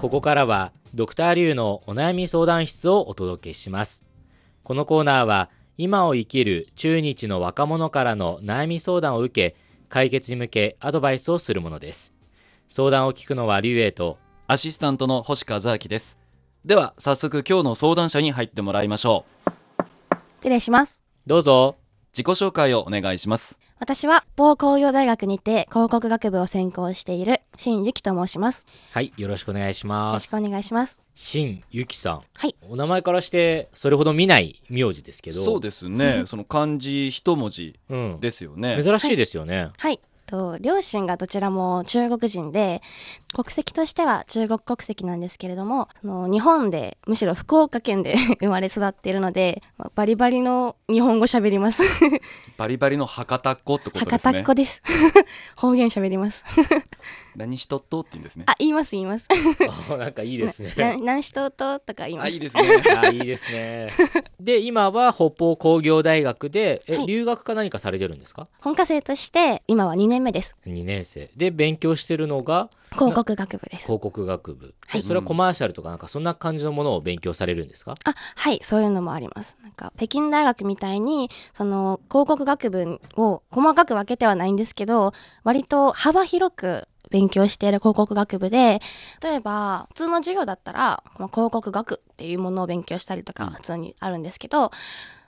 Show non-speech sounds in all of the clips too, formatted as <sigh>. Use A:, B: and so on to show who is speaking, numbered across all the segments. A: ここからはドクターリュウのお悩み相談室をお届けしますこのコーナーは今を生きる中日の若者からの悩み相談を受け解決に向けアドバイスをするものです相談を聞くのはリュウエイと
B: アシスタントの星和明です。では早速今日の相談者に入ってもらいましょう。
C: 失礼します。
A: どうぞ
B: 自己紹介をお願いします。
C: 私は、某工業大学にて広告学部を専攻している、新ゆきと申します。
A: はいよろしくお願いし
C: よ
A: ま
C: ろしく
A: す
C: お願いします。
A: しんゆきさん
C: はい
A: お名前からしてそれほど見ない名字ですけど
B: そうですね。その漢字一文字
A: うん
B: ですよね。
A: 珍しいですよね、
C: はい。と、両親がどちらも中国人で、国籍としては中国国籍なんですけれども、その日本で、むしろ福岡県で <laughs> 生まれ育っているので、まあバリバリの日本語喋ります。
B: バリバリの博多っ子ってことで
C: 博
B: す
C: 多っ
B: ね
C: 子。です。 <laughs> 方言喋ります。
B: 何しとっとって言うんですね。
C: あ、言います言います。
A: あ <laughs> なんかいいです
C: <laughs>
A: ね。
C: な何しとうとうとか言いま
B: あ
C: す。
B: いいですね。
A: あいいです
C: <laughs>
A: ね。で今は北方工業大学でえ、
C: はい
A: 留学か何かされてるんですか
C: 本科生として、今は2年目です。
A: ？2年生で勉強してるのが
C: 広告学部です。
A: 広告学部。
C: はい
A: それはコマーシャルとかなんかそんな感じのものを勉強されるんですか？
C: あはいそういうのもありますなんか北京大学みたいにその広告学部を細かく分けてはないんですけど割と幅広く勉強している広告学部で例えば普通の授業だったら、まあ、広告学っていうものを勉強したりとか
B: うん
C: 普通にあるんですけど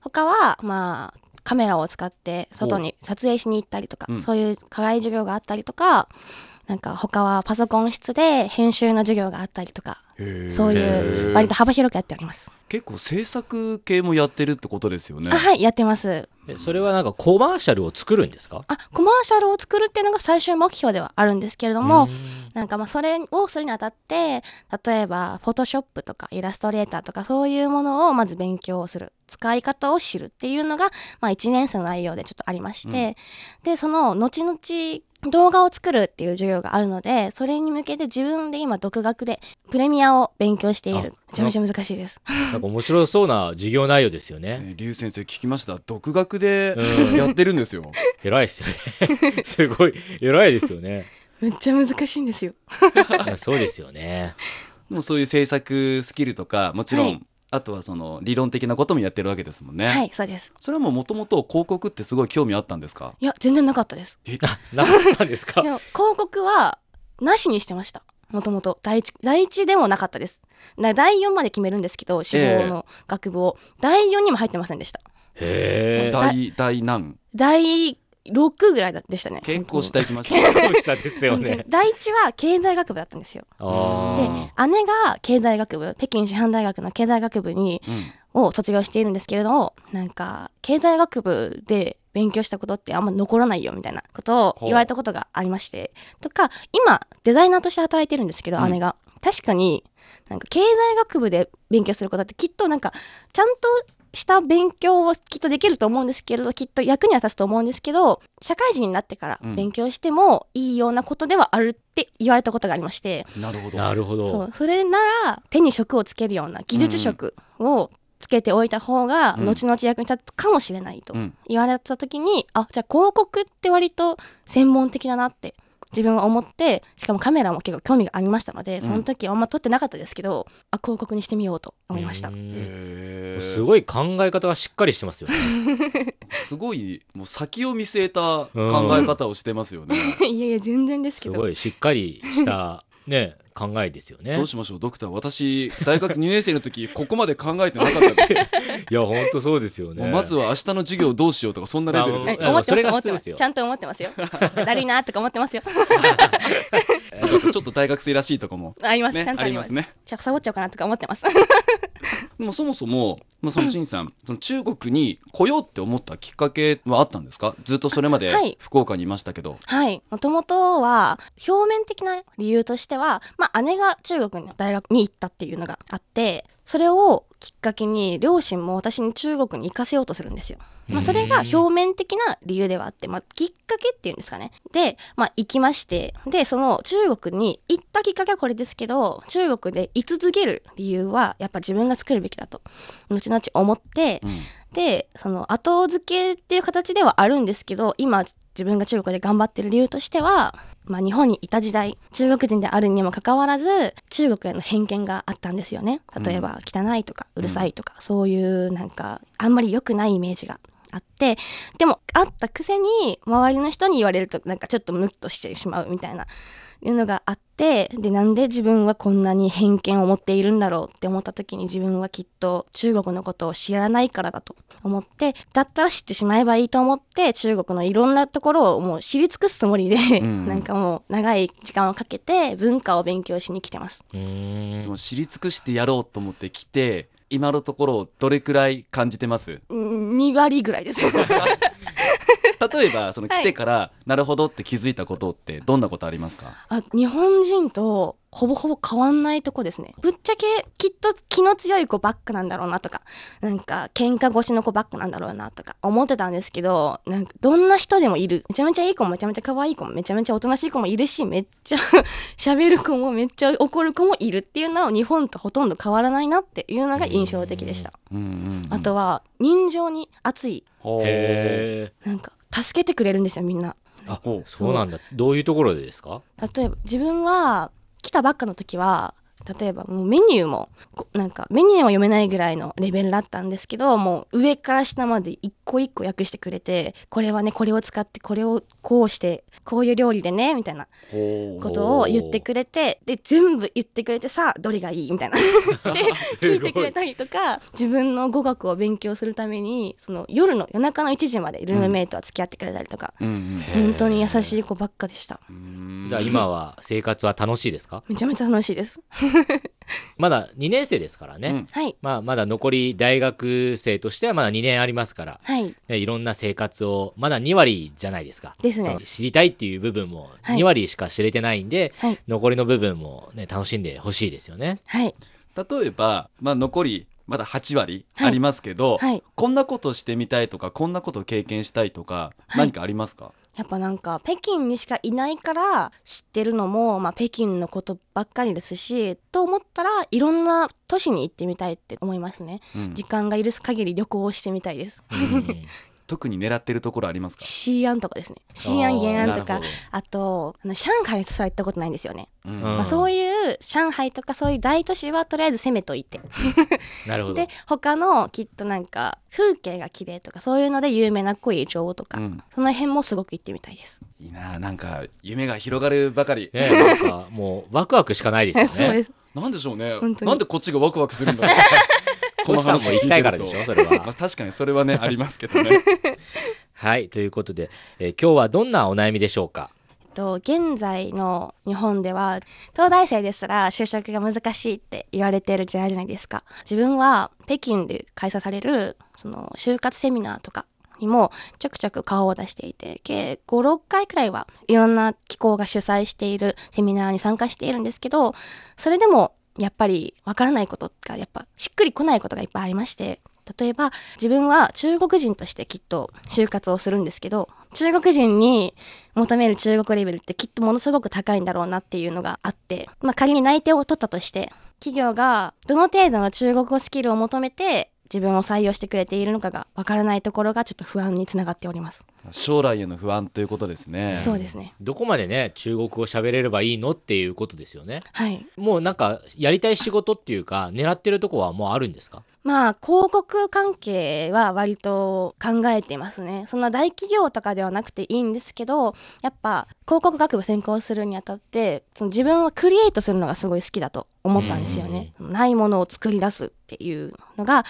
C: 他はまあカメラを使って外に撮影しに行ったりとか、
B: うん
C: そういう課外授業があったりとかなんか他はパソコン室で編集の授業があったりとかそういう割と幅広くやっております。
B: 結構制作系もやってるってことですよね
C: あ。はいやってます
A: えそれはなんかコマーシャルを作るんですか？
C: あコマーシャルを作るっていうのが最終目標ではあるんですけれども、
A: うーん
C: なんかまあそれをするにあたって例えばフォトショップとかイラストレーターとかそういうものをまず勉強する使い方を知るっていうのが、まあ、1年生の内容でちょっとありまして、でその後々動画を作るっていう授業があるのでそれに向けて自分で今独学でプレミアを勉強している
A: あ
C: めちゃめちゃ難しいです
A: なんか面白そうな授業内容ですよね。
B: ね劉先生聞きました。独学で
A: うん
B: やってるんですよ。
A: 偉いですよね。 <laughs> すごい偉いですよね。
C: めっちゃ難しいんですよ
A: いやそうですよね。
B: でもそういう制作スキルとかもちろん、
C: はい
B: あとはその理論的なこともやってるわけですもんね。
C: はいそうです
B: それはもうもともと広告ってすごい興味あったんですか
C: いや全然なかったです
A: あなかったんですか
C: で？も広告はなしにしてましたもともと第一第一でもなかったですな第4まで決めるんですけど志望の学部を、第4にも入ってませんでした
A: へえ。
B: 大大難
C: 第6ぐらいでしたね
B: 健康したいき
A: <laughs>
B: ました
A: 結構したですよ
C: 本当に
A: ね
C: 本当に。第一は経済学部だったんですよで
A: あ
C: 姉が経済学部北京師範大学の経済学部に
B: うん
C: を卒業しているんですけれどもなんか経済学部で勉強したことってあんま残らないよみたいなことを言われたことがありましてとか今デザイナーとして働いてるんですけど、
B: うん
C: 姉が確かになんか経済学部で勉強することってきっとなんかちゃんとした勉強をきっとできると思うんですけれどきっと役には立つと思うんですけど社会人になってから
B: うん
C: 勉強してもいいようなことではあるって言われたことがありまして、
B: なるほ
A: あ、
B: ど
A: なるほ
C: そ
A: ど。
C: うそれなら手に職をつけるような技術職をつけておいた方が
B: うん
C: 後々役に立つかもしれないと
B: うん
C: 言われた時に、あじゃあ広告って割と専門的だなって自分は思ってしかもカメラも結構興味がありましたので
B: ん
C: その時あんま撮ってなかったですけど、あ広告にしてみようと思いました
A: う。ん
B: へー
A: すごい考え方がしっかりしてますよね。
B: すごいもう先を見据えた考え方をしてますよね、
C: <laughs> いやいや全然です
A: す
C: け
A: ご
C: ど
A: いしっかりしたね考えですよね
B: どう。しましょうドクター私大学2年生の時 <laughs> ここまで考えてなかったんです、
A: いや本当そうですよ
B: もう
A: ね。
B: まずは明日の授業どうしようとかそんなレベル
A: あ
B: で
C: え
A: も
C: 思って
A: そ
C: ま
A: れ
C: す
A: が普
C: 思って
A: 通
C: ま
A: です
C: す
A: よ
C: ちゃんと思ってますよだるいなとか思ってますよ
B: ちょっと大学生らしいとかも
C: あります、
B: ね
C: ちゃんとあります
B: ありますね
C: じゃあサボっちゃおうかなとか思ってます
B: でもそもそも、まあ、その陳さんその中国に来ようって思ったきっかけはあったんですかずっとそれまで
C: はい
B: 福岡にいましたけど、
C: はい。もともとは、表面的な理由としては、まあ、姉が中国の大学に行ったっていうのがあって、それをきっかけに両親も私に中国に行かせようとするんですよ。まあ、それが表面的な理由ではあって、まあ、きっかけっていうんですかね。で、まあ、行きまして、で、その中国に行ったきっかけはこれですけど、中国で居続ける理由は、やっぱ自分が作るべきだと、後々思って、で、その後付けっていう形ではあるんですけど、今、自分が中国で頑張ってる理由としては、まあ、日本にいた時代中国人であるにもかかわらず中国への偏見があったんですよね例えば汚いとかうるさいとか、そういうなんかあんまり良くないイメージがあってでもあったくせに周りの人に言われるとなんかちょっとムッとしてしまうみたいないうのがあってでなんで自分はこんなに偏見を持っているんだろうって思った時に自分はきっと中国のことを知らないからだと思ってだったら知ってしまえばいいと思って中国のいろんなところをもう知り尽くすつもりで、
B: うん
C: なんかもう長い時間をかけて文化を勉強しに来てます。
A: うー
B: で
A: ん
B: も知り尽くしてやろうと思って来て今のところどれくらい感じてます <laughs>
C: うん2割ぐらいです
B: 例えばその
C: は
B: 来
C: い
B: てから、なるほどって気づいたことってどんなことありますか
C: あ日本人とほぼほぼ変わんないとこですねぶっちゃけきっと気の強い子ばっかなんだろうなとかなんか喧嘩越しの子ばっかなんだろうなとか思ってたんですけどなんかどんな人でもいるめちゃめちゃいい子もめちゃめちゃ可愛い子もめちゃめちゃおとなしい子もいるしめっちゃ <laughs> 喋る子もめっちゃ怒る子もいるっていうのを日本とほとんど変わらないなっていうのが印象的でした
B: うんうんうん
C: あとは人情に熱い
B: ほう
A: へえ
C: なんか助けてくれるんですよみんな
A: あ
B: ほう
A: そうなんだどういうところでですか
C: 例えば自分は来たばっかの時は例えばもうメニューもこなんかメニューは読めないぐらいのレベルだったんですけどもう上から下まで一個一個訳してくれてこれはねこれを使ってこれをこうしてこういう料理でねみたいな
B: ほう
C: ことを言ってくれてで全部言ってくれてさあどれがいい
A: <laughs>
C: みたいなで聞いてくれたりとか自分の語学を勉強するためにその夜の夜中の1時までルームメイトは付き合ってくれたりとか、
B: うんうん
A: へー
C: 本当に優しい子ばっかでした
B: うー
A: <laughs>
B: ん
A: じゃあ今は生活は楽しいですか
C: めちゃめちゃ楽しいです
A: まだ2年生ですからね、
B: うん
C: はい
A: まあ、まだ残り大学生としてはまだ2年ありますから、
C: はい
A: ね、いろんな生活をまだ2割じゃないですか
C: ですね
A: その知りたいっていう部分も
C: はい
A: 2割しか知れてないんで、
C: はい
A: 残りの部分も、ね、楽しんでほしいですよね。
C: はい
B: 例えば、まあ、残りまだ8割
C: はい
B: ありますけど、
C: はい
B: こんなことしてみたいとかこんなこと経験したいとか、
C: はい
B: 何かありますか
C: やっぱなんか北京にしかいないから知ってるのも、まあ、北京のことばっかりですしと思ったらいろんな都市に行ってみたいって思いますね
B: うん
C: 時間が許す限り旅行をしてみたいです
A: うん
B: 特に狙ってるところありますか
C: 西安とかですね西安延安と
B: な
C: か
B: る
C: あとあの上海すら行ったことないんですよね、
B: ほどうん
A: うん
C: まあ、そういう上海とかそういう大都市はとりあえず攻めといて
A: なるほど
C: で。他のきっとなんか風景が綺麗とかそういうので有名な古城とか、
B: うん
C: その辺もすごく行ってみたいです
B: いいななんか夢が広がるばかり、
A: ね、なんかもうワクワクしかないです
C: <laughs> そ
A: よ
C: う
A: ね。
C: です
B: なんでしょうね
C: 本当に
B: なんでこっちがワクワクするんだ
C: <laughs>
B: ろう
A: この話も行きたいからでしょ、それ
B: まあ
A: は。
B: 確かにそ
A: <laughs>
B: れはねありますけどね
A: はい、ということで、えー今日はどんなお悩みでしょうか。
C: えっと現在の日本では東大生ですら就職が難しいって言われてる時代じゃないですか自分は北京で開催されるその就活セミナーとかにもちょくちょく顔を出していて計56回くらいはいろんな機構が主催しているセミナーに参加しているんですけどそれでもやっぱりわからないことがやっぱしっくりこないことがいっぱいありまして例えば自分は中国人としてきっと就活をするんですけど中国人に求める中国レベルってきっとものすごく高いんだろうなっていうのがあって、まあ、仮に内定を取ったとして企業がどの程度の中国語スキルを求めて自分を採用してくれているのかがわからないところがちょっと不安につながっております。
B: 将来への不安ということですね
C: そうですね。
A: どこまでね、中国語喋れればいいのっていうことですよね。
C: はい。
A: もうなんかやりたい仕事っていうか狙ってるとこはもうあるんですか
C: まあ広告関係は割と考えていますねそんな大企業とかではなくていいんですけどやっぱ広告学部専攻するにあたってその自分はクリエイトするのがすごい好きだと思ったんですよねそのないものを作り出すっていうのが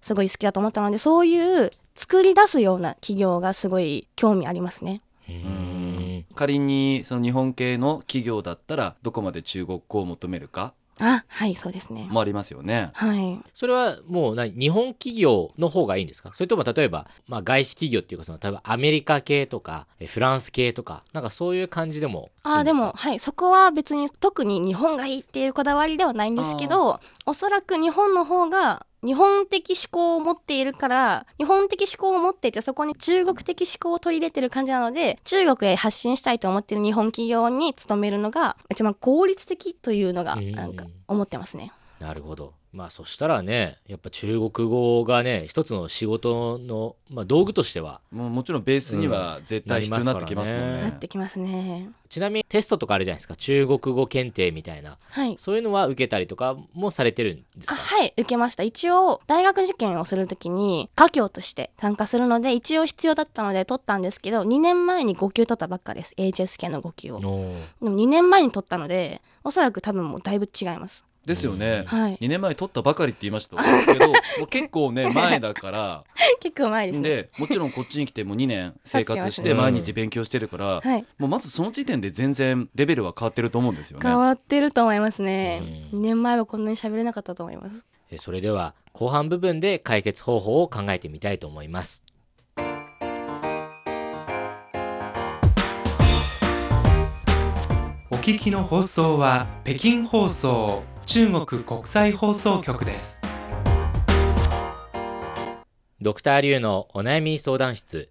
C: すごい好きだと思ったのでそういう作り出すような企業がすごい興味ありますね
A: う
B: 仮にその日本系の企業だったらどこまで中国語を求めるか
C: あはいそうですね、
B: もありますよね。
C: はい
A: それはもう何日本企業の方がいいんですかそれとも例えば、まあ、外資企業っていうかその例えばアメリカ系とかえフランス系とかなんかそういう感じでもいいんすか
C: あーでも、はい、そこは別に特に日本がいいっていうこだわりではないんですけどおそらく日本の方が日本的思考を持っているから日本的思考を持っていてそこに中国的思考を取り入れてる感じなので中国へ発信したいと思っている日本企業に勤めるのが一番効率的というのが
A: うん
C: なんか思ってますね。
A: なるほどまあそしたらねやっぱ中国語がね一つの仕事の、まあ、道具としては
B: もうもちろんベースには絶対必要になってきますもん
A: うん
B: ね。
C: なってきますね。
A: ちなみにテストとかあるじゃないですか中国語検定みたいな
C: はい
A: そういうのは受けたりとかもされてるんです
C: あ
A: か
C: はい受けました一応大学受験をするときに科教として参加するので一応必要だったので取ったんですけど2年前に5級取ったばっかです HS 系の5級をでも
A: おー
C: 2年前に取ったのでおそらく多分もうだいぶ違います
B: ですよね。
C: はい
B: 2年前取ったばかりって言いましたけどもう結構ね前だから
C: 結構前ですね
B: でもちろんこっちに来てもう2年生活し
A: 経
B: て
A: ってます
B: 毎
A: ね
B: 日勉強してるから、
C: はい
B: もうまずその時点で全然レベルは変わってると思うんですよね。
C: 変わってると思いますね
A: うん
C: 2年前はこんなに喋れなかったと思います
A: えそれでは後半部分で解決方法を考えてみたいと思います
D: お聞きの放送は北京放送中国国際放送局です。
A: ドクターリュウのお悩み相談室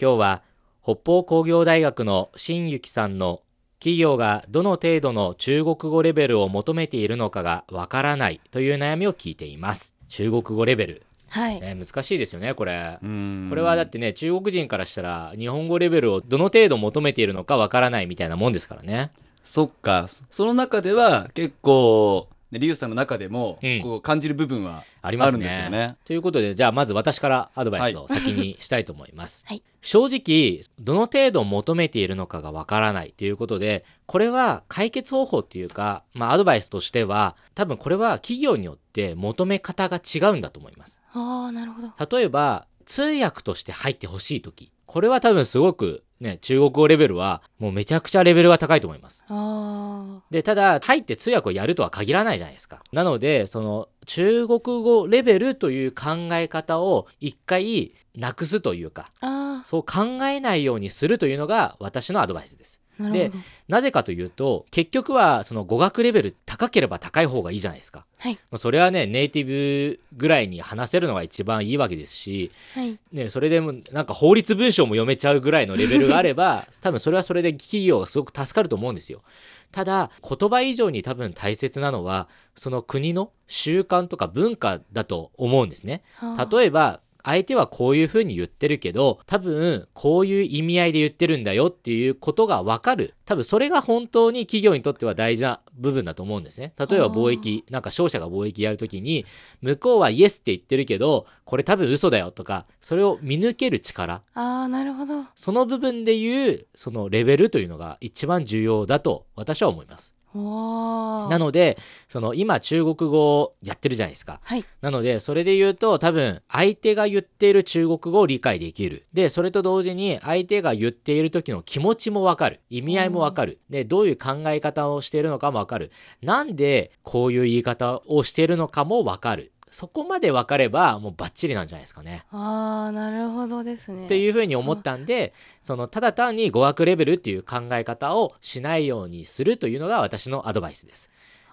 A: 今日は北方工業大学の新幸さんの企業がどの程度の中国語レベルを求めているのかがわからないという悩みを聞いています中国語レベル、
C: はい
A: ね、難しいですよねこれ
B: うん
A: これはだってね中国人からしたら日本語レベルをどの程度求めているのかわからないみたいなもんですからね
B: そっかそその中では結構ねリュウさんの中でも
A: うん
B: こう感じる部分は
A: ありますね
B: あるんですよね。
A: ということでじゃあまず私からアドバイスを先にしたいと思います、
C: <laughs> はい
A: 正直どの程度求めているのかがわからないということでこれは解決方法っていうか、まあ、アドバイスとしては多分これは企業によって求め方が違うんだと思います
C: ああなるほど
A: 例えば通訳として入ってほしい時これは多分すごくね中国語レベルはもうめちゃくちゃレベルが高いと思います
C: あ
A: でただ入って通訳をやるとは限らないじゃないですかなのでその中国語レベルという考え方を一回なくすというか
C: ーあ
A: そう考えないようにするというのが私のアドバイスです
C: ーなるほど
A: なぜかというと結局はその語学レベル高ければ高い方がいいじゃないですか、
C: はい
A: それはねネイティブぐらいに話せるのが一番いいわけですし、
C: はい
A: ね、それでもなんか法律文章も読めちゃうぐらいのレベルがあれば多分それはそれで企業がすごく助かると思うんですよただ言葉以上に多分大切なのはその国の習慣とか文化だと思うんですね例えば相手はこういうふうに言ってるけど多分こういう意味合いで言ってるんだよっていうことが分かる多分それが本当に企業にとっては大事な部分だと思うんですね例えば貿易なんか商社が貿易やるときに向こうはイエスって言ってるけどこれ多分嘘だよとかそれを見抜ける力
C: ああなるほど
A: その部分でいうそのレベルというのが一番重要だと私は思います
C: おー
A: なのでその今中国語をやってるじゃないですか
C: はい
A: なので、それで言うと、多分、相手が言っている中国語を理解できる。で、それと同時に、相手が言っている時の気持ちもわかる。意味合いもわかる。で、どういう考え方をしているのかもわかる。なんで、こういう言い方をしているのかもわかる。そこまでわかれば、もうバッチリなんじゃないですかね。
C: ああなるほどですね。
A: っていうふうに思ったんで、その、ただ単に語学レベルっていう考え方をしないようにするというのが私のアドバイスです。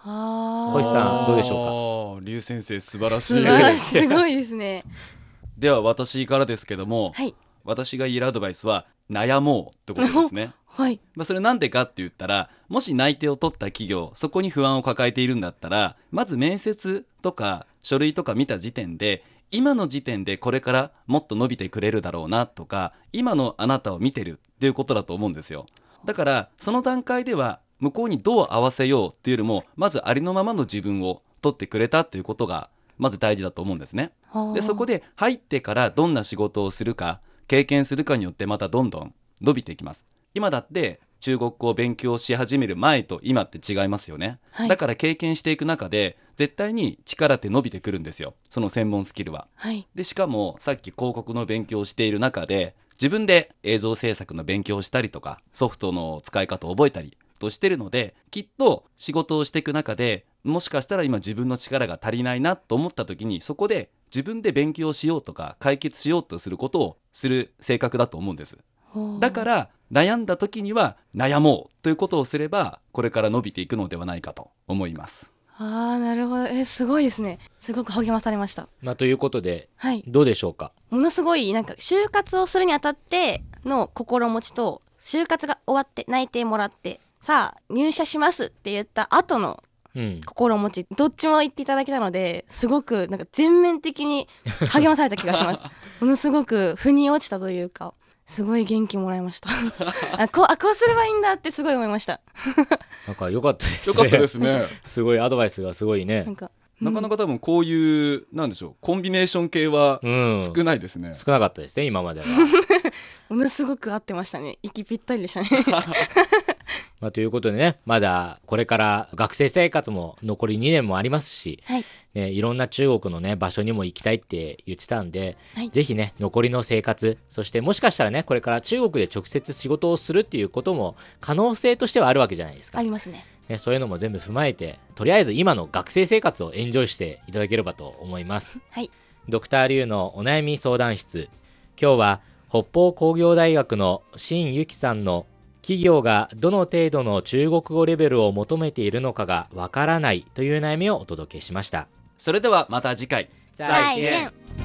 C: あー
A: 小石さんどうでしょうか
B: うか。リュウ先生素晴らしい。
C: 素晴らしいすごいですね。
B: では私からですけども、
C: はい
B: 私が言えるアドバイスは悩もうってことですね。
C: はい
B: まあそれなんでかって言ったらもし内定を取った企業そこに不安を抱えているんだったらまず面接とか書類とか見た時点で今の時点でこれからもっと伸びてくれるだろうなとか今のあなたを見てるっていうことだと思うんですよだからその段階では向こうにどう合わせようっていうよりもまずありのままの自分を取ってくれたっていうことがまず大事だと思うんですねでそこ
C: で
B: で入ってからどんな仕事をするか経験するかによってまたどんどん伸びていきます今だって中国語を勉強し始める前と今って違いますよね、
C: はい
B: だから経験していく中で絶対に力って伸びてくるんですよその専門スキルは
C: はい
B: でしかもさっき広告の勉強をしている中で自分で映像制作の勉強をしたりとかソフトの使い方を覚えたりとしてるのできっと仕事をしていく中でもしかしたら今自分の力が足りないなと思った時にそこで自分で勉強しようとか解決しようとすることをする性格だと思うんですだからら悩んだ時には悩もうということをすればこれから伸びていくのではないかと思います
C: ああなるほどえすごいですねすごく励まされました
A: まあ、ということで
C: はい
A: どうでしょうか
C: ものすごいなんか就活をするにあたっての心持ちと就活が終わって内定もらってさあ入社しますって言った後の
A: うん
C: 心持ちどっちも言っていただけたのですごくなんか全面的に励まされた気がし
A: <laughs>
C: ますものすごく腑に落ちたというかすごい元気もらいました
A: <laughs>
C: あこうあこうすればいいんだってすごい思いました
A: なんか良かったですね
B: よかったですすね
A: <laughs> すごいアドバイスがすごいね
C: なんか
B: <laughs> なかな
C: か
B: か多分こういうなんでしょうコンビネーション系は
A: うん
B: 少ないですね、
A: 少なかったですね今までは、
C: ものすごく合ってましたね息ぴったりでしたね
A: <laughs> まあ、ということでねまだこれから学生生活も残り2年もありますし、
C: はい
A: ね、いろんな中国のね場所にも行きたいって言ってたんで、
C: はい
A: ぜひね残りの生活そしてもしかしたらねこれから中国で直接仕事をするっていうことも可能性としてはあるわけじゃないですか、
C: ありますね
A: ね、そういうのも全部踏まえてとりあえず今の学生生活をエンジョイしていただければと思います、
C: はい、
A: ドクターリュウのお悩み相談室今日は北方工業大学の新由紀さんの企業がどの程度の中国語レベルを求めているのかがわからないという悩みをお届けしました
B: それではまた次回
C: 再见